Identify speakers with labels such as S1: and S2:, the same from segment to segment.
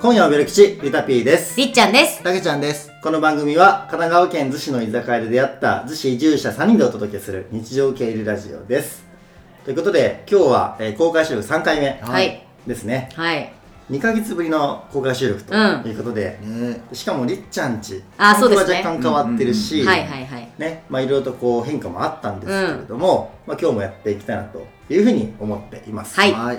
S1: 今夜のベル吉、ゆたぴーです。
S2: りっちゃんです。
S1: たけちゃんです。この番組は、神奈川県逗子の居酒屋で出会った逗子移住者3人でお届けする日常受け入れラジオです。ということで、今日は、えー公開収録3回目
S2: はい
S1: ですね。
S2: はい。
S1: 2ヶ月ぶりの公開収録と
S2: うん
S1: いうことで、
S3: ね
S1: しかもりっちゃんち、
S2: あ
S1: 環境
S2: そうですね
S1: は若干変わってるし、
S2: はいはいはい。
S1: ね、まあいろいろとこう変化もあったんですけれども、まあ今日もやっていきたいなというふうに思っています。
S2: はい
S3: はい。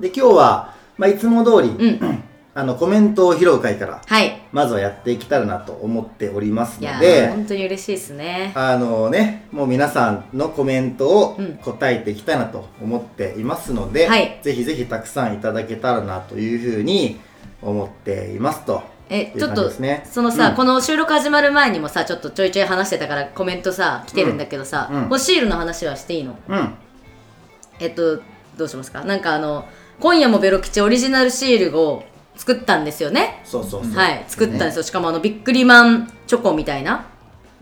S1: で、今日は、まあいつも通り、
S2: うん。
S1: あのコメントを拾う会から
S2: はい。
S1: まずはやっていけたらなと思っております
S2: いや
S1: の
S2: ー、
S1: で
S2: 本当に嬉しいですね。
S1: あのねもう皆さんのコメントを
S2: うん
S1: 答えていきたいなと思っていますので、
S2: はい
S1: ぜひぜひたくさんいただけたらなというふうに思っていますと
S2: え、
S1: いう
S2: ちょっ
S1: 感じ
S2: と
S1: です、ね
S2: そのさ、
S1: うん
S2: この収録始まる前にもさ、ちょっとちょいちょい話してたからコメントさ、来てるんだけどさ、
S1: うんうん
S2: このシールの話はしていいの
S1: うん
S2: えっと、どうしますかなんかあの、今夜もベロ吉オリジナルシールを作ったんですよね。
S1: そうそうそう、
S2: はい、作ったんですよ。しかもあの、ビックリマンチョコみたいな。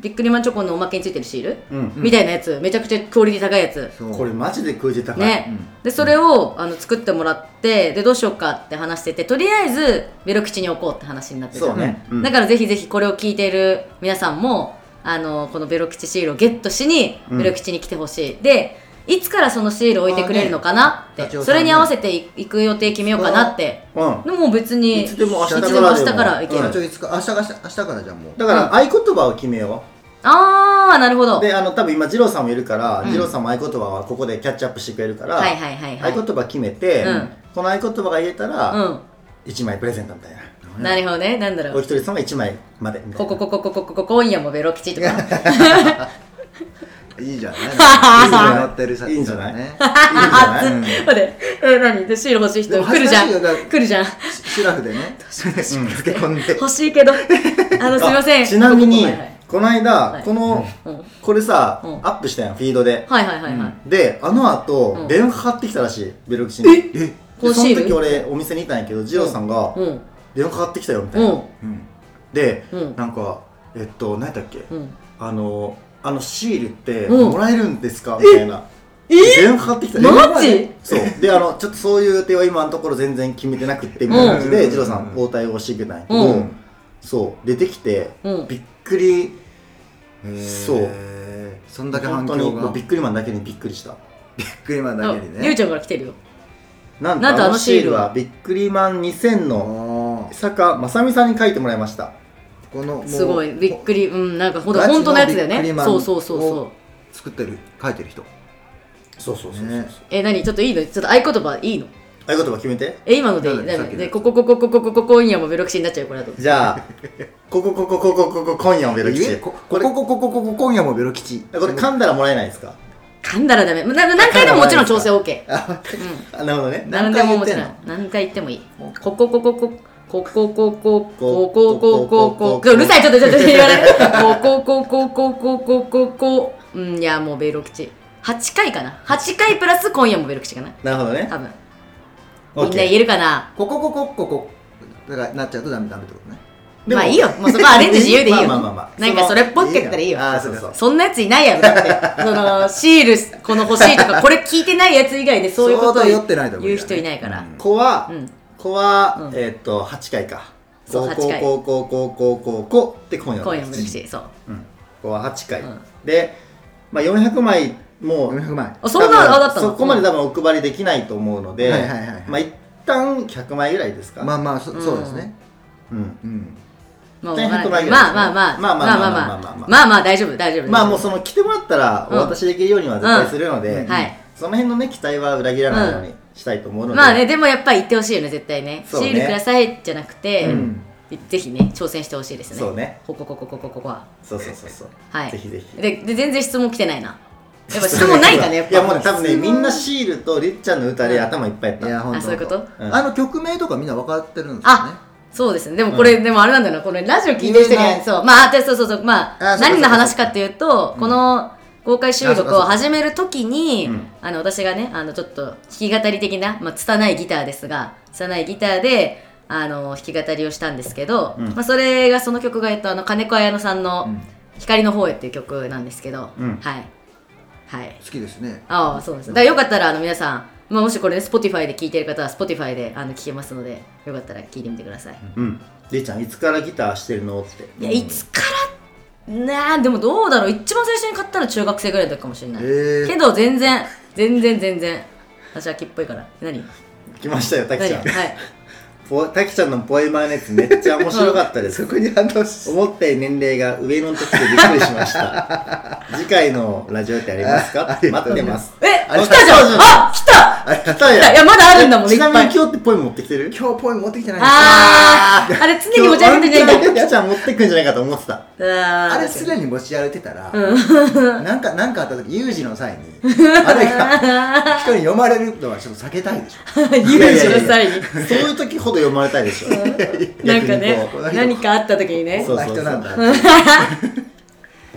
S2: ビックリマンチョコのおまけについてるシール、
S1: うん
S2: みたいなやつ。めちゃくちゃクオリティ高いやつ。
S3: そう
S1: これマジで空時高い、
S2: ね、でそれをあの作ってもらってでどうしようかって話しててとりあえずベロ口に置こうって話になってた
S1: そうね、うん
S2: だからぜひぜひこれを聞いている皆さんもあのこのベロ口シールをゲットしに
S1: うん
S2: ベロ口に来てほしい、でいつからそのシールを置いてくれるのかなって、
S3: あねダチョウ
S2: そ
S3: さんね
S2: れに合わせてい行く予定決めようかなって
S1: うん
S2: でも別に
S1: いつでも明日か
S2: い
S1: ら
S2: つ
S1: でも
S2: でも明日から行ける、
S1: うん
S3: ちょいつか明日が明日明日からじゃんもう。
S1: だから合言葉を決めよ
S2: ああなるほ
S1: う
S2: どはい
S1: であの多分今二郎さんもいるから、
S2: うん
S1: 二郎さんも合言葉はここでキャッチアップしてくれるから、
S2: はいはいはい
S1: 合言葉決めて、
S2: うん
S1: この合言葉が言えたら、
S2: う
S1: 1枚プレゼントみたいな、
S2: んなるほどねなんだろ
S1: お
S2: う
S1: 一人様1枚までみたい
S2: こ
S1: な
S2: こここここここ今夜もベロ吉とか
S3: いいじゃない。いい
S1: いいんじゃない
S3: 乗ってるさ
S1: いいんじゃない
S3: ね。
S1: いいんじゃない
S2: 待って、え、何でシール欲しい
S3: で
S2: 人
S3: も
S2: 来るじゃん。
S3: 恥ずかしいよだ
S2: 来るじゃん。
S3: シラフでね。
S1: うん駆け込んで
S2: 欲しいけど。あの、すいません。
S1: あちなみに
S2: はいはい
S1: この間、
S2: はい
S1: この、
S2: うん
S1: これさ、
S2: うん
S1: アップしたやんフィードで、
S2: はいはいはいはい。
S1: であの後、
S2: うん
S1: 電話かかってきたらしいベルクチにえでそ
S2: こ
S1: の
S2: のシール
S1: 時俺お店にいたんやけど二郎さんが、
S2: うん。
S1: 電話かかってきたよみたいうな、
S2: ん。
S3: うん。
S1: で、
S2: うん
S1: なんかえっと何やったっけ、
S2: うん。
S1: あのあのシールって
S2: うん
S1: もらえるんですか、みたいな
S2: え
S1: 電話かかってきたよ
S2: マジ
S1: そうであのちょっとそういう予定は今のところ全然決めてなくってみたいな感じ
S3: う
S1: で
S3: ん
S1: 二郎さん交代をしてくれないけ
S2: う
S1: ど、
S2: ん
S1: そう出てきて、
S2: うん
S1: びっくり
S3: へー
S1: そう。
S3: そんだけ
S1: 本
S3: 反
S1: 当に
S3: 響
S1: も
S3: が
S1: う
S3: ビ
S1: び
S3: ッ
S1: っくりマンだけにびっくりした
S3: クリマンだ
S2: あ
S3: けに
S2: ゆう
S3: ね。
S2: ちゃんから来てるよ。
S1: なん
S2: なん
S1: と
S2: と
S1: あ
S2: あ
S1: の
S2: の
S1: シ
S2: シ
S1: ー
S2: ー
S1: ル
S2: ルは
S1: はびっくりマン2000の
S3: おー
S1: 坂正美さんに書いてもらいました
S3: このもう
S2: すごい、びっくり。うん、なんかほんと、
S3: ガチの
S2: 本当のやつだよ
S3: ビックリ
S2: ね。
S3: マン
S2: そうそうそうそう
S3: を。作ってる書いてる人。
S1: そうそうそうそう、
S3: ね
S2: え、何ちょっといいのちょっと合言葉いいの
S1: 合言葉決めて
S2: え、今のでいい
S3: なんださっき
S2: 何
S3: の
S2: で、ここここここここ今夜もベロキシになっちゃうよ、これだと。
S1: じゃあここここここここ今夜もベルキ
S3: え
S1: チ
S3: こ
S1: こ
S3: ここここここ今夜もベロ吉。
S1: れ噛んだらもらえないですか
S2: 噛んだらダメ。な何回でももちろん調整 OK。うん。
S1: あなるほどね
S2: 何でももちろ
S3: 何
S2: ん何回言ってもいいこここここここここここここここ
S1: こ
S2: うるさいちょっとちょっとちょっと言われこここここここここうんいやもうベロ口8回かな8回プラス今夜もベロ口かな
S1: なるほどね
S2: 多分みん
S1: OK
S2: な言えるかな
S3: ここここここだからなっちゃうとダメダメってことね。
S1: でも
S2: まあいいよもうそこはアレンジ自由でいいよ
S1: まあまあまあまあ
S2: なんかそれっぽくやったらいいよ
S1: あーそうそう
S2: そんなやついないやろだってそのシールこの欲しいとかこれ聞いてないやつ以外でそういうことを
S3: 相当酔ってないと無理だね
S2: 言う人いないから
S3: うん
S1: 子は、
S2: うん
S1: 子は、
S2: うん
S1: えーっと8回か
S2: そう
S1: こ
S2: 8回
S1: こここここここって今夜の
S2: 今夜もベロ口そう
S1: うんこは8回、
S2: うん
S1: で、まあ、400枚もう
S3: 400枚。
S2: あそんな上がったの
S1: そこまで多分お配りできないと思うので、
S3: はいはいはいはい
S1: まあ一旦100枚ぐらいですか、
S3: まあまあそそうですね。
S1: うん、
S3: うん。
S2: まあ、
S1: 大変
S2: まあ
S1: とないよね
S2: まあまあま
S1: まあ
S2: あ
S1: まあ
S2: まあ
S1: まあまあ
S2: ま
S1: まあ
S2: あまあまあ大丈夫大丈夫
S1: まあもうその来てもらったらお渡しできるようには絶対するので、
S3: うんうん
S2: はい
S1: その辺のね期待は裏切らないようにしたいと思うので、
S2: まあねでもやっぱり言ってほしいよね絶対ね
S1: そうね
S2: シールくださいじゃなくて、
S1: うん
S2: ぜひね挑戦してほしいですね
S1: そうね
S2: ここここここここは
S1: そうそうそうそう
S2: はい
S1: ぜひぜひ
S2: でで全然質問来てないなやっぱ質問ないかねやっぱ
S1: いやもう多分ね
S2: 質問
S1: みんなシールとりっちゃんの歌で頭いっぱいやっ
S3: い
S1: た、
S3: や本当。
S2: あそういうこと
S1: うん
S3: あの曲名とかみんな分かってるんですよね。
S2: あそうですねでもこれ、でもあれなんだよなこのラジオ聞いてる人
S3: 言え
S2: が
S3: ない
S2: そうまあでそうそうそうまあ
S3: あそうか
S2: 何の話かっていうと、この公開収録を始めるときに
S1: あそうか
S2: あの私がねあのちょっと弾き語り的なまあ拙いギターですが拙いギターであの弾き語りをしたんですけど、
S1: うん
S2: まあそれがその曲がえっとあの金子綾乃さんの
S3: うん
S2: 「光の方へ」っていう曲なんですけど、
S1: うん
S2: はいはい
S3: 好きですね。
S2: ああそうなんですだからよかったらあの皆さんまあ、もしこれ、ね、Spotify で聞いてる方は Spotify であの聞けますのでよかったら聞いてみてください、
S1: うんりえちゃんいつからギターしてるのって
S2: いやいつからなあでもどうだろう一番最初に買ったら中学生ぐらいだったかもしれない、
S3: え
S2: けど全然全然全然私秋っぽいから何
S1: 来ましたよたき
S2: 何
S1: ちゃん
S2: はい
S1: ポたきちゃんのポエマーのやつめっちゃ面白かったで
S3: ー、
S1: す
S3: そこに 反応し
S1: 思ったより年齢が上の時でびっくりしました 次回のラジオってありますか
S3: ありが
S1: 待っ
S3: とうござ
S1: て
S3: い
S1: ま
S3: ます
S2: え
S1: あれ
S2: 来たじゃんあ来た
S1: 来た
S2: 来たいやまだあるんだもんね
S1: ちなみ
S2: いっ
S1: に
S2: ぱい
S1: 今日ってポエム持ってきてる
S3: 今日ポエム持ってきてないんです
S2: あーあれ常に持ち歩いてないんだ
S1: 今日本当はたきちゃん持ってくんじゃないかと思ってた
S2: あー
S3: あれすでに持ち歩いてたら、 なんかなんかあった時有事の際 にあれが人に読まれるのはちょっと避けたいでしょ
S2: 有事の際に
S1: そういう時ほど読まれたいでしょ
S2: なんかね
S1: 逆にこ
S3: う
S2: 何かあった時にね
S1: そう
S3: こんな
S1: そうそ
S3: 人
S1: う
S3: なんだっていう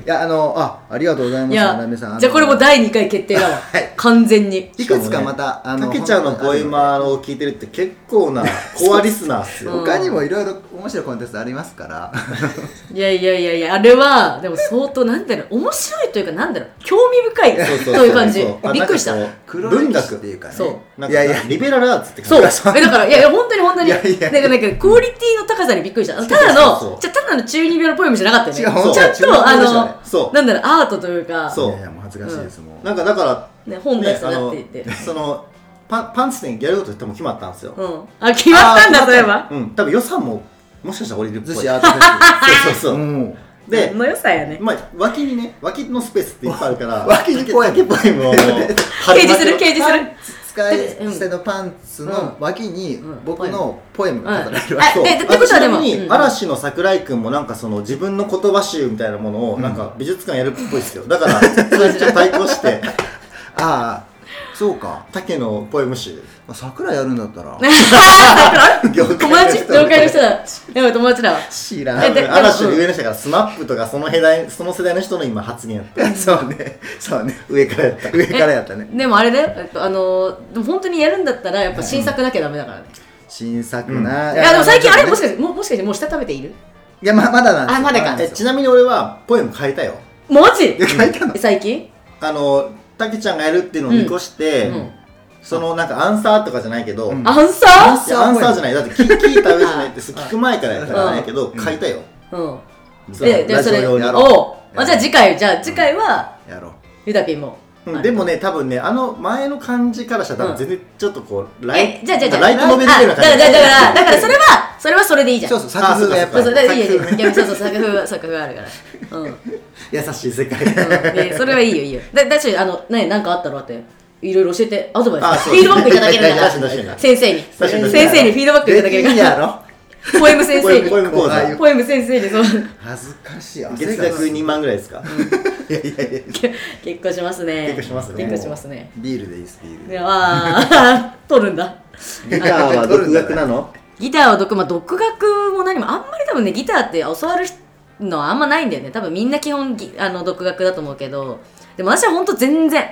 S3: いやあのあありがとうございます
S2: いや
S3: なめさん
S2: じゃあこれもう第2回決 定だわ
S3: い
S2: 完全に
S3: いくつかまた、あ
S1: たけちゃんのポエマーを聞いてるって結構なコアリスナーっす
S2: うん
S1: よ
S3: 他にもいろいろ面白いコンテンツありますから
S2: いやいやいやいやあれはでも相当なんだろう面白いというかなんだろう興味深いと
S1: そうそうそう
S2: いう感じ
S1: そうあ
S2: びっくりした
S1: なんかこう
S3: 黒
S1: 文
S3: 歴史っ
S1: 学
S3: ていうかね
S2: そ
S1: なん
S3: い
S1: か
S3: やいや
S1: リベラルアーツって
S2: そう
S1: 感
S2: え
S1: じ
S2: だからいやいや本当に本当に
S3: い
S2: なん
S3: や
S2: か
S3: いや
S2: なんかクオリティの高さにびっくりしたた
S1: そうそう
S2: だの
S1: そう
S2: じゃあただの中二病のポエムじゃなかった
S3: 違う
S2: よね
S3: 本
S2: ち
S3: 当
S2: ゃ
S3: は
S2: ん
S3: 中二
S2: と
S3: 病
S2: あ
S3: でしたね
S2: の
S1: そう
S2: なんだろうアートというか
S1: そう
S3: いやいやもう恥ずかしいです、もう
S1: なんかだから
S2: ね本出したなって言っ
S1: ね
S2: て
S1: あのそのパンパンツ店やることってもう決まったんですよ
S2: うんあ決まったんだ
S3: あー
S2: そういえば
S1: うん多分予算ももしかしたら降りるっぽ
S3: 寿
S1: い
S3: 司
S1: そう
S3: アート
S1: そ
S3: フ
S1: うそ
S3: ェスう
S1: うんで
S2: の良さやね
S1: まあ脇にね脇のスペースっていっぱいあるから
S3: 脇にポエム
S1: 脇ポエムを掲
S2: 掲示する掲示す
S3: パ
S2: る
S3: ンツ使い捨てのパンツの脇に
S2: うん
S3: 僕のポエムが飾られるわ
S2: うん
S3: け、
S2: えでってことはでも
S1: ちなみに
S2: うん
S1: 嵐の桜井くんもなんかその自分の言葉集みたいなものをなんか美術館やるっぽいですよだからそれちょっと対抗 して
S3: ああそうか
S1: 竹のポエム集
S3: まあ桜やるんだったら
S1: 業界
S2: 友達業界の人だでも友達だわ
S3: 知ら
S1: 多
S2: えで
S3: ん
S1: 分嵐の上の人からスマップとかその世代その世代の人の今発言やった
S3: そうねそうね
S1: 上からやった
S3: 上からやったね
S2: でもあれだよえっとあのでも本当にやるんだったらやっぱ新作なきゃダメだからね
S3: 新作な、
S2: いやでも最近あれもし
S3: か
S2: かしてももしかしてもう下食べている
S3: いやままだなんですよ
S2: あまだか
S3: なん
S1: え
S3: です
S1: ち
S3: よ
S1: なみに俺はポエム変えたよ
S2: マジ
S3: いや書いたの
S2: 最近
S1: あのたけちゃんがやるっていうのを見越して、
S2: うん
S1: そのなんかアンサーとかじゃないけど、
S3: うん
S1: いや
S2: アン
S1: アン
S2: サ
S1: サーじゃないだって聞聞いた上じゃないってそう
S3: あ
S1: 聞く前からやったからないけど
S3: うん
S1: 書いたよ、
S2: ーうん
S1: その
S2: でじゃあ
S1: ラ
S2: そ
S1: ジオ
S2: れ
S1: 用に
S3: やろ
S2: おうあじゃあ次回じゃあ次回は
S3: やろう
S2: ゆたぴんも
S1: うんでもね多分ねあの前の感じからしたら多分全然ちょっとこう、ライ
S2: えじゃあじゃあじゃあ
S1: ライトノベルみたいな感
S2: あ
S1: じ
S2: だからだからだからそれはそれはそれでいいじゃん
S3: そうそう作風がやっぱ
S2: そう
S3: り
S2: そうだからいいよいいよ
S1: 作
S2: いやそうそう作風は作風はあるからうん
S1: 優しい世界
S2: うんねそれはいいよいいよだだしあのねなんかあったらだっていろいろ教えてアドバ
S1: あ
S2: イス
S1: そ
S2: フ
S1: う
S2: ィードバックいただけるか
S1: 確かに確からに
S2: 先生に
S1: 確か
S2: 先
S1: に
S2: 生にフィードバックいただけるか
S3: できんやろ
S2: らポエム先
S1: ポ
S2: 生
S1: エム
S2: に
S1: ポエム講座
S3: こ
S2: ポエム先生にそう
S3: 恥ずかしい
S1: 月額2万ぐらいですか
S3: いやいやいや
S2: 結婚しますね
S1: 結婚しますね
S2: 結婚しますね
S3: ビールでいいですビール
S2: であー 取るんだ
S1: ギターは独学なの
S2: ギターは独,、まあ、独学も何もあんまり多分ねギターって教わるのはあんまないんだよね多分みんな基本ぎあの独学だと思うけどでも私は本当全然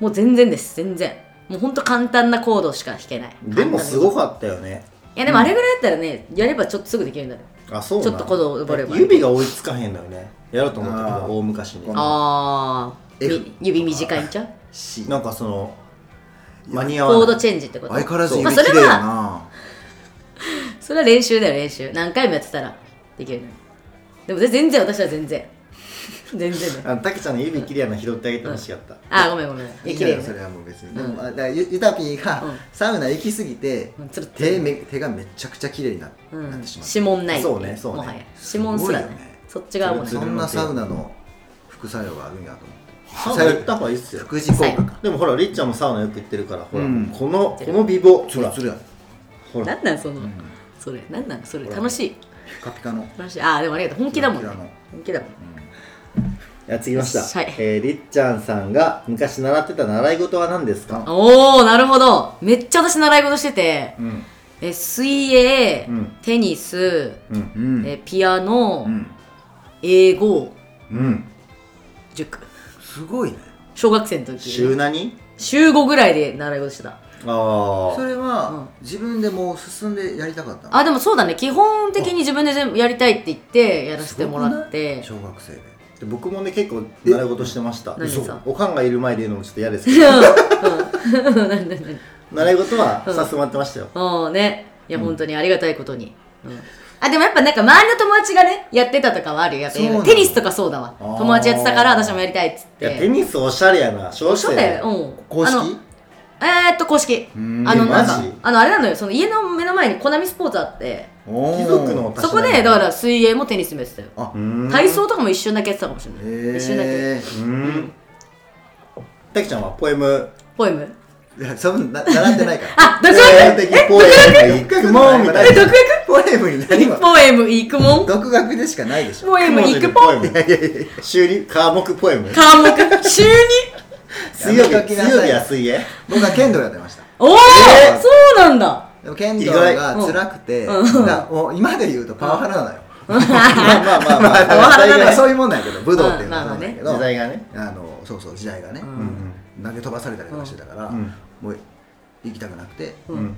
S2: もう全然です全然もう本当簡単なコードしか弾けない
S1: でもす
S2: い
S1: ごかったよね
S2: やでもあれぐらいだったらね、やればちょっとすぐできるんだよ
S1: あそうな
S2: ちょっとこの覚えれば
S1: 指が追いつかへんのよねやろうと思ったけ
S3: あ
S1: ど
S3: ー
S1: 大昔に
S3: この
S2: ああ
S3: F
S2: 指短いんちゃう
S3: し
S1: なんかその間に合
S2: コー
S1: わな
S2: ド
S1: い
S2: チェンジってこと
S3: 相変わらず
S2: そうまあ
S3: 指
S2: そ
S3: 綺
S2: れ
S3: 麗や
S2: は
S3: な
S2: それは練習だよ練習何回もやってたらできるでも全然私は全然 全然 だよ
S1: あのたけちゃんの指きれいなの拾ってあげてほしかった
S2: あーごめんごめんいや
S3: い
S2: 綺
S3: い
S2: 麗
S3: や
S2: だよ
S3: ろそれはもう別に
S2: う
S3: で
S2: ん
S3: もあだからゆゆたぴーが
S2: うん
S3: サウナ行きすぎて
S2: うんつるっと
S3: 手め手がめちゃくちゃ綺麗にな
S2: う
S3: なっ
S2: ん
S3: てしまった
S2: 指紋ない
S1: そうねそうね
S2: もはや指紋すら
S3: す
S2: ね
S3: ごいよね
S2: そっち側もない
S1: それ
S3: そんなサウナの副作用があるんやと思って
S1: サウナ行った方がいいっすよ
S3: 副次効果か
S1: でもほらりっちゃんもサウナよく行ってるからほら
S3: うん
S1: このこの美貌
S3: つ
S1: ほ
S3: る
S1: ら
S3: つるやん
S1: ほら
S2: なんなんその、それなんなんそれ
S1: ほら
S2: 楽しい
S3: ピカピカの
S2: 楽しいああでもありがとう本気だもんね
S3: 本気だもん
S2: 本気だもん
S1: やってきました、
S2: はい
S1: えーりっちゃんさんが昔習ってた習い事は何ですか
S2: おおなるほどめっちゃ私習い事してて
S1: うん
S2: え水泳、
S1: うん
S2: テニス、
S1: うん
S3: うん
S2: えピアノ、
S3: うん
S2: 英語
S1: うん
S2: 塾
S3: すごいね
S2: 小学生の時
S1: 週何
S2: 週5ぐらいで習い事してた
S1: あ
S3: そ
S1: あ
S3: れ
S2: うん
S3: は自分でもう進んでやりたかったの
S2: あでもそうだね基本的に自分で全部やりたいって言ってやらせてもらって
S3: 小学生で
S1: 僕もね結構習い事してました
S2: 何ですか
S1: おかんがいる前で言うのもちょっと嫌ですけど
S2: うんうんなん でなんで
S1: 習い事はさせてもらってましたよ、
S2: もうねいや、本当にありがたいことに、うんあでもやっぱなんか周りの友達がねやってたとかはあるよやっぱ
S3: そうなの
S2: テニスとかそうだわ
S3: あー
S2: 友達やってたから私もやりたいっつっ
S1: いやテ
S2: て
S1: ニスおしゃれやな小
S2: お
S1: 学
S2: しゃ
S1: 生
S2: れうん
S3: 公
S2: あの
S3: 式
S2: えー、っと公式あ
S3: うーん
S2: の
S1: え
S2: なん
S1: マジ
S2: かあのあれなのよその家の目の前にコナミスポーツあって
S3: おー
S1: 貴族の
S2: そこでだから水泳もテニスもやってたよ
S3: あ
S1: うーん
S2: 体操とかも一瞬だけやってたかもしれない、
S3: へ
S2: 一瞬だけ
S3: え
S1: うーんたきちゃんはポエム
S2: ポエム
S3: いやそんな習ってないか
S2: あ
S3: ら
S2: 独
S1: 基本
S2: 学
S1: 的にポエム
S3: 独
S1: 行く
S3: 学
S1: もんみたい
S2: え独
S1: な
S2: 学
S3: ポエムに何も
S2: ポエム行くもん
S3: 独学でしかないでしょ
S2: ポエム行くぽん
S1: モ修理科目ポエ ム
S2: 科目週に
S1: 水曜日
S3: やめとき
S1: 水
S3: なさい
S1: 曜日は水 泳
S3: 僕は剣道やってました
S2: おお、
S1: えー
S2: そうなんだ
S3: でも剣道が辛くて、
S2: 意外うん
S3: だもう今で言うとパワハラなのよ、
S1: まあまあまあまあ
S3: まあ
S2: ワハラなのよ
S3: まあそういうもんなんやけど武道っていうのはそうなんやけど、
S1: 時代がね
S3: あのそうそう時代がね、
S2: うん
S1: うん
S3: 投げ飛ばされたりとかしてたから、
S1: うん
S3: もう行きたくなくて、
S2: うん
S1: うん
S3: も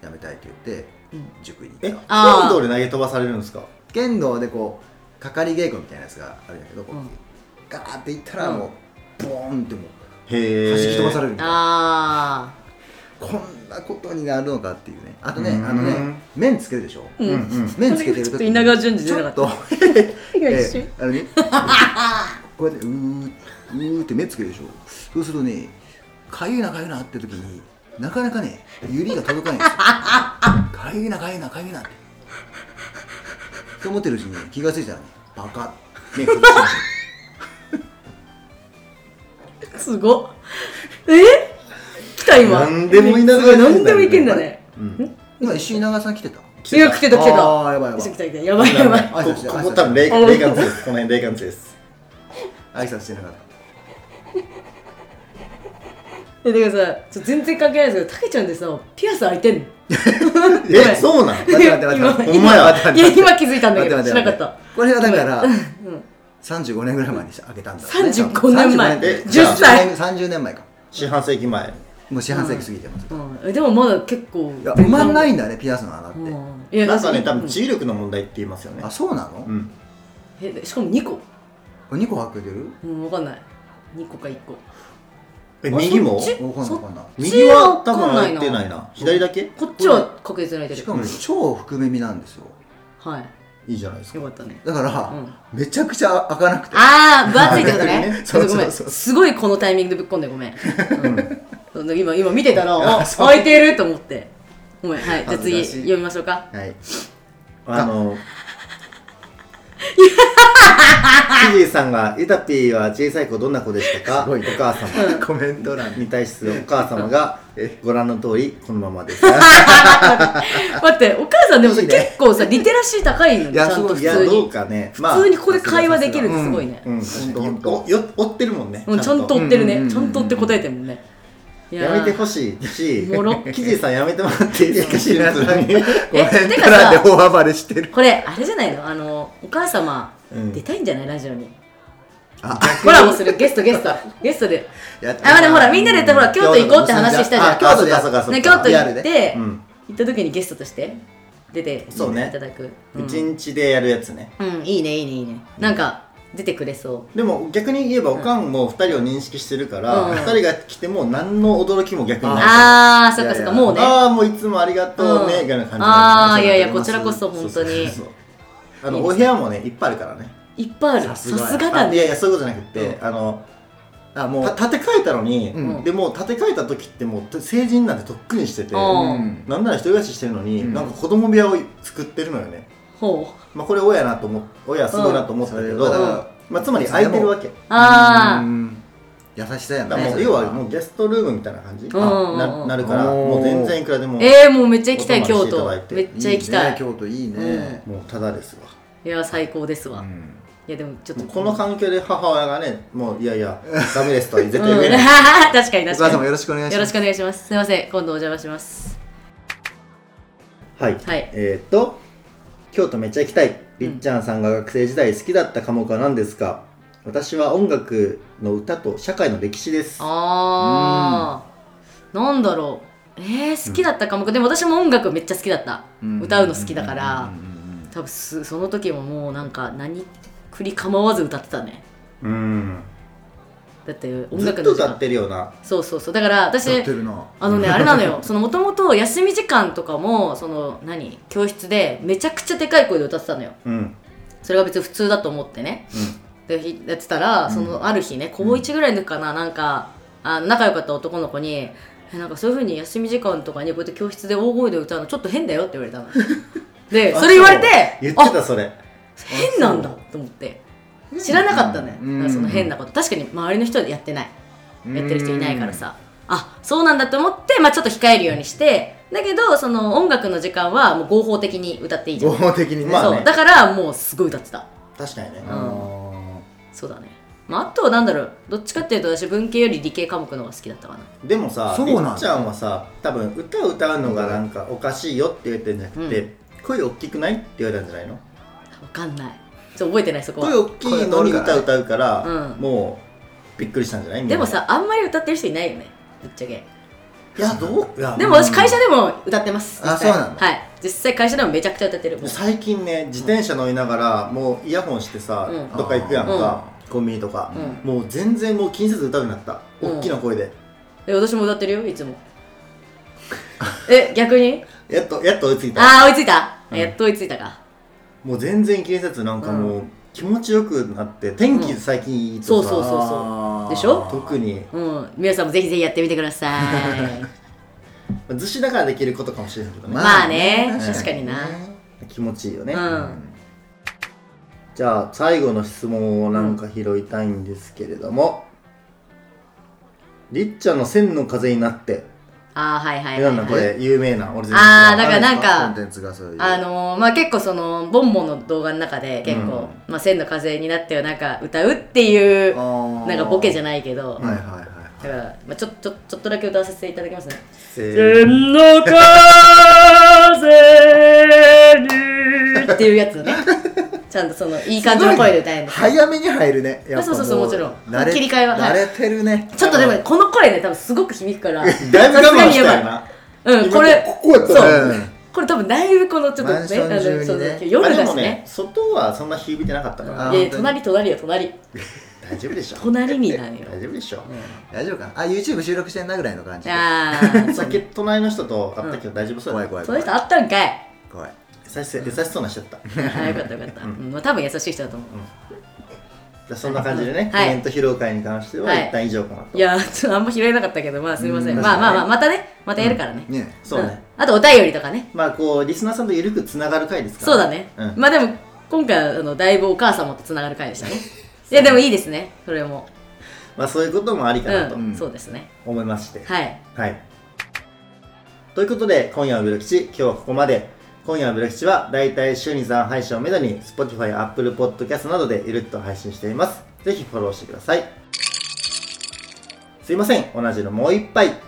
S3: うやめたいって言って、
S2: うん
S3: 塾に
S1: え
S3: 行っ
S1: 剣
S3: た
S2: あー
S1: 道で投げ飛ばされるんですか
S3: 剣道でこうかかり稽古みたいなやつがあるんやけどこう、
S2: うん
S3: ガーって行ったらもう、ボーンってもう
S1: へえ
S3: 弾き飛ばされるみたいな、
S2: あ
S3: こんなことになるのかっていうねあとね
S1: うん
S3: あのね麺つけるでしょ、
S2: ーうん、
S1: うんうん
S3: 麺つけてる時
S2: ちょっ
S3: に
S2: と稲川淳二じゃなかった
S3: ちょっ と ええあのねこうやってうーうーって目つけるでしょそうするとねかゆいなかゆいなって時になかなかね指が届かないんですよ かゆいなかゆいなかゆいなってそう思ってるうちに気がついたらねバカ目が届かない
S2: すごっえ来た今
S1: なんでも稲川淳二だよね
S2: なんでもいけんだね
S1: うん
S3: 今一瞬稲川さん来 てた
S2: いや来てた来てた
S3: あーやばいやばい
S2: 来てた来てたやばいやばい
S1: こここ多分霊
S2: あ
S1: 霊感強いですこの辺霊感強いです
S3: 挨拶してなかった
S2: えだからさちょっと全然関係ないですけどたけちゃんでさピアス開いて んのごめ
S1: え
S2: ん
S1: そうなん
S3: 待って待って待って
S1: ほんまや
S3: 待って
S2: い
S3: 待っ
S2: や
S3: て待って
S2: 今気づいたんだけど
S3: 待
S2: 知
S3: って
S2: らな
S3: 待
S2: か
S3: っ
S2: ってた
S3: これはだから
S2: うん
S3: 35年ぐらい前にあげたんだろうね
S2: 35年前
S3: 35
S1: え
S2: 10歳
S3: 30年前か
S1: 四半世紀前
S3: もう四半世紀過ぎてます
S2: うんえでもまだ結構
S3: いや埋まんないんだねピアスの穴って、
S2: うんいや
S1: なんかね多
S2: う
S1: 分
S2: ん
S1: 注意力の問題って言いますよね
S3: あそうなの、
S1: うん
S2: えしかも2個
S3: これ2個開けてる
S2: うん分かんない2個か1個
S1: え
S2: あ
S1: 右も
S2: そっち
S3: わかんないわかんない
S1: 右は多
S2: わ
S1: 分
S2: かんない
S1: 入
S2: な
S1: ってないな左だけ
S2: こっちは確実に開いて
S3: し
S2: る
S3: かも超含め身なんですよ
S2: はい
S1: いいじゃないですか
S2: よかったね
S3: だから、
S2: うん
S3: めちゃくちゃ開かなくて
S2: あー分厚いってこと
S3: ね
S2: ねちょっとごめん
S3: そうそうそう
S2: すごいこのタイミングでぶっこんでごめん、うん今今見てたら
S3: あ
S2: あ
S3: そう
S2: 開いてると思ってごめんはいじゃあ
S3: 恥
S2: 次
S3: ずかしい
S2: 読みましょうか
S1: はいあ の藤井さんが「ゆたぴーは小さい子どんな子でしたか?」
S3: す
S1: お
S3: ごいね
S1: 母様
S3: コメント欄に
S1: に対するお母様 が「ご覧の通りこのままです」
S2: 待ってお母さんでもさ
S3: いいね
S2: 結構さリテラシー高いの
S3: い
S2: にち
S3: や
S2: ゃんと普
S1: いや
S2: 通
S1: どう
S2: に
S1: かね
S2: 普通にここで会話できるってすごいね
S1: うん
S3: 確かに
S1: ほんとほんとおよ追ってるもんね
S2: もうちゃんと追ってる
S3: うんうんう
S2: ね
S3: んうん
S2: ちゃんと追って答えてるもんねい
S1: や
S2: ー
S1: めてほしいし
S2: おもろ
S1: キジさんやめてもらっていいですかシンプルに
S3: コメン
S2: て
S3: ト
S2: か
S3: 欄で
S2: さ
S3: 大暴れしてる
S2: これあれじゃないのあのお母様
S1: うん
S2: 出たいんじゃないラジオに
S3: あ
S2: コラボするゲストゲストゲストで
S3: やっ
S2: あまあでもほらみんなでほら京都行こうって話したじゃん
S1: あ京都であそうかそうか
S2: ね、京都
S3: リア
S2: 行
S3: ルで
S2: って、
S1: うん
S2: 行った時にゲストとして出て
S1: そうね
S2: いただく
S1: うち
S2: ん、
S1: んちでやるやつね
S2: うん、いいねいいねいいねなんか出てくれそ
S1: でも逆に言えばおかんも2人を認識してるから
S2: うん
S1: 2人が来ても何の驚きも逆
S2: う
S1: にない
S2: あーそっ
S3: いや
S2: か
S3: い
S2: そ
S3: や
S2: っかもうね
S1: ああもういつもありがとうね
S2: うん
S1: みたいな感じ
S2: あー
S1: そう
S2: いやいや
S1: そう
S2: こちらこそ本当に
S1: そうそうそうあ
S2: い
S1: の
S2: いで
S1: お
S2: す
S1: 部屋もねいっぱいあるからね
S2: いっぱいあるさす
S3: すがや
S2: が
S1: あ
S2: だ
S1: いや
S2: ね
S1: いやそういうことじゃなくてあの
S3: あも
S1: た
S3: う
S1: 建て替えたのに
S3: うん
S1: でも建て替えた時ってもう成人なんてとっくにしてて
S2: うん
S1: なんなら一人暮らししてるのに、
S3: うん
S1: なんか子供部屋を作ってるのよね、
S2: ほう
S1: まあ、これ親なと思親すごいなと思ったけど、
S3: うん
S1: まあ、つまり空いてるわけ
S2: あー
S3: うん優しさや
S1: だ
S3: な、
S1: からもう
S3: ね、
S1: 要はもうゲストルームみたいな感じに
S2: うんうんうん
S1: ななるから
S3: お
S1: も
S3: ー
S1: う全然いくらでも
S2: えー、もうめっちゃ行きたい
S1: お
S2: 京
S1: 泊まりしていただいて
S2: 都めっちゃ行きたい
S3: ね、京都いいね、
S1: もうただですわ
S2: いや最高ですわ、
S3: う
S2: い
S3: ん
S2: やでもちょっ
S1: も
S2: と
S1: うこの環境で母親がねもういやいやダメ ですとは絶対言え
S2: うん
S1: ない、
S2: 確かに
S3: お
S2: 確
S3: 母様
S2: か
S3: よろしくお願い
S2: に
S3: し
S2: よろ
S3: ま
S2: し
S3: す
S2: くお願いしますすいません今度お邪魔します
S1: はい、
S2: はい
S1: えーっと京都めっちゃ行きたいりっちゃんさんが学生時代好きだった科目は何ですか私は音楽の歌と社会の歴史です
S2: あーなんだろうえー、好きだった科目、でも私も音楽めっちゃ好きだった、歌うの好きだから、
S3: うんうんうん
S2: 多分すその時ももうなんか何くり構わず歌ってたね
S1: うん
S2: だって音
S1: ずっ
S2: 楽
S1: と
S2: の時
S1: 歌
S2: 間
S1: ってるような
S2: そうそうそうだから私
S3: やってるな
S2: あのね、あれなのよ。その、もともと休み時間とかも、その、何教室で、めちゃくちゃでかい声で歌ってたのよ。
S1: うん
S2: それが別に普通だと思ってね。で、ひやってたら、その、ある日ね、高1ぐらいの時かな、なんか、あの仲良かった男の子に、えなんかそういう風に休み時間とかにこうやって教室で大声で歌うのちょっと変だよって言われたの。 で、それ言われて、
S1: 言ってたそれ
S2: 変なんだと思って。知らなかったのよ。だ
S3: うん
S2: からその変なこと。確かに周りの人はやってない。
S3: うん
S2: やってる人いないからさあそうなんだと思って、まあ、ちょっと控えるようにしてだけどその音楽の時間はもう合法的に歌っていいじゃん、
S3: 合法的にね、
S1: まあね
S2: そうだからもうすごい歌ってた
S1: 確かにね
S2: ん
S1: あ
S2: そうだね、まあ、あとはなんだろうどっちかっていうと私文系より理系科目の方が好きだったかな
S1: ーでもさ
S3: そう
S1: り
S3: なんだ
S1: っちゃんはさ多分歌を歌うのがなんかおかしいよって言ってんじゃなくて、
S2: う
S1: 声大きくないって言われたんじゃないの
S2: わかんないちょ覚えてないそこ
S1: 声
S2: は
S1: 大きいのに歌歌うから、
S2: うん
S1: もうびっくりしたんじゃないみんな
S2: でもさあんまり歌ってる人いないよねぶっちゃけ
S1: いやどういや
S2: でも私会社でも歌ってます
S3: あ
S2: 実際
S3: そうなんだ
S2: はい実際会社でもめちゃくちゃ歌ってるもう
S1: 最近ね自転車乗りながらもうイヤホンしてさ、
S2: うん
S1: どっか行くやんか、コンビニとか、もう全然もう気にせず歌うようになった、
S2: うん
S1: 大きな声で
S2: え私も歌ってるよいつもえ逆に
S1: やっとやっと追いついた
S2: ああ追いついた、
S1: うん
S2: やっと追いついたか
S1: もう全然気にせずなんかもう、気持ちよくなって天気最近いいと
S2: そう
S1: さ、
S2: そうそうそう
S3: あー
S2: でしょ
S1: 特に
S2: うん、皆さんもぜひぜひやってみてください。
S1: 図紙だからできることかもしれないけどね、
S2: まあね
S3: まあね
S2: 確かにな。
S1: 気持ちいいよね、
S2: うん。
S1: じゃあ最後の質問をなんか拾いたいんですけれども、りっちゃんの千の風になって、
S2: ああ、はいはい
S1: な
S2: は
S1: ん
S2: い、
S1: だこ
S2: はい。
S1: れ有名な、俺全
S2: あー
S1: 知ら
S2: だからなんか
S3: コンテンツがそういう
S2: あのー、まあ結構その、ボンボンの動画の中で結構、まあ千の風になってはなんか歌うっていう、なんかボケじゃ
S3: な
S2: ないけど、
S3: はいはいはい
S2: だから、まあちょ、ちょ、ちょっとだけ歌わせていただきますね。
S1: せー
S2: 千の風にっていうやつをね、ちゃんとその、いい感じの声で歌えるんですよ。
S3: 早めに入るねやっぱ
S2: そうそうそうもちろん
S3: 慣れ
S2: 切り替えははい
S3: 慣れてるね
S2: ちょっとでもね、この声ね、多分すごく響くから、
S1: だいぶ我慢
S2: さすがに
S1: し
S2: やば
S1: た
S2: い
S1: よな。
S2: うん、これ、
S1: ここやった
S2: そう
S1: ら
S3: うん
S2: これ多分だいぶこのちょっと
S3: マンション中にね
S2: そうそう夜
S1: あ
S2: だ
S1: でも
S2: しね
S1: ね、外はそんな響いてなかったか
S3: あ
S1: ら、
S2: いや
S3: 本当に
S2: 隣隣よ隣
S1: 大丈夫でしょ。
S2: 隣になるよ
S1: 大丈夫でしょ。
S3: 大丈夫かなあ YouTube 収録してんなぐらいの感じ
S2: ああ
S1: さっき隣の人と会ったけど大丈夫そうだ
S3: 怖い
S1: った。
S3: 怖
S2: その
S3: い怖い
S2: 人あったん かい
S3: 怖い
S1: 優し優しそうな人だった。じ
S2: あよかったよかった、うん、まあ多分優しい人だと思
S1: ゃあそんな感じでね、コ
S2: はい
S1: メント披露会に関しては
S2: はい
S1: 一旦以上かな
S2: う
S1: と
S2: い。やーちょっとあんま拾えなかったけどまあすみません
S1: うん
S2: まあま
S1: 確か
S2: あまあまたねまたやるからね、
S3: ねえ
S1: そうね。
S2: んあとお便りとかね
S1: まあこうリスナーさんとゆるくつながる回ですから。
S2: そうだね、
S1: うん。
S2: まあでも今回はあのだいぶお母様とつながる回で したねいやでもいいですねそれも
S1: まあそういうこともありかなと
S2: うん、
S3: ん
S2: そうですね
S1: 思いまして。
S2: はい
S1: はい。ということで、今夜はブロ吉、今日はここまで。今夜はブロ吉は、だいたい週に3配信をめどに、Spotify、Apple Podcast などでゆるっと配信しています。ぜひフォローしてください。すいません、同じのもう一杯。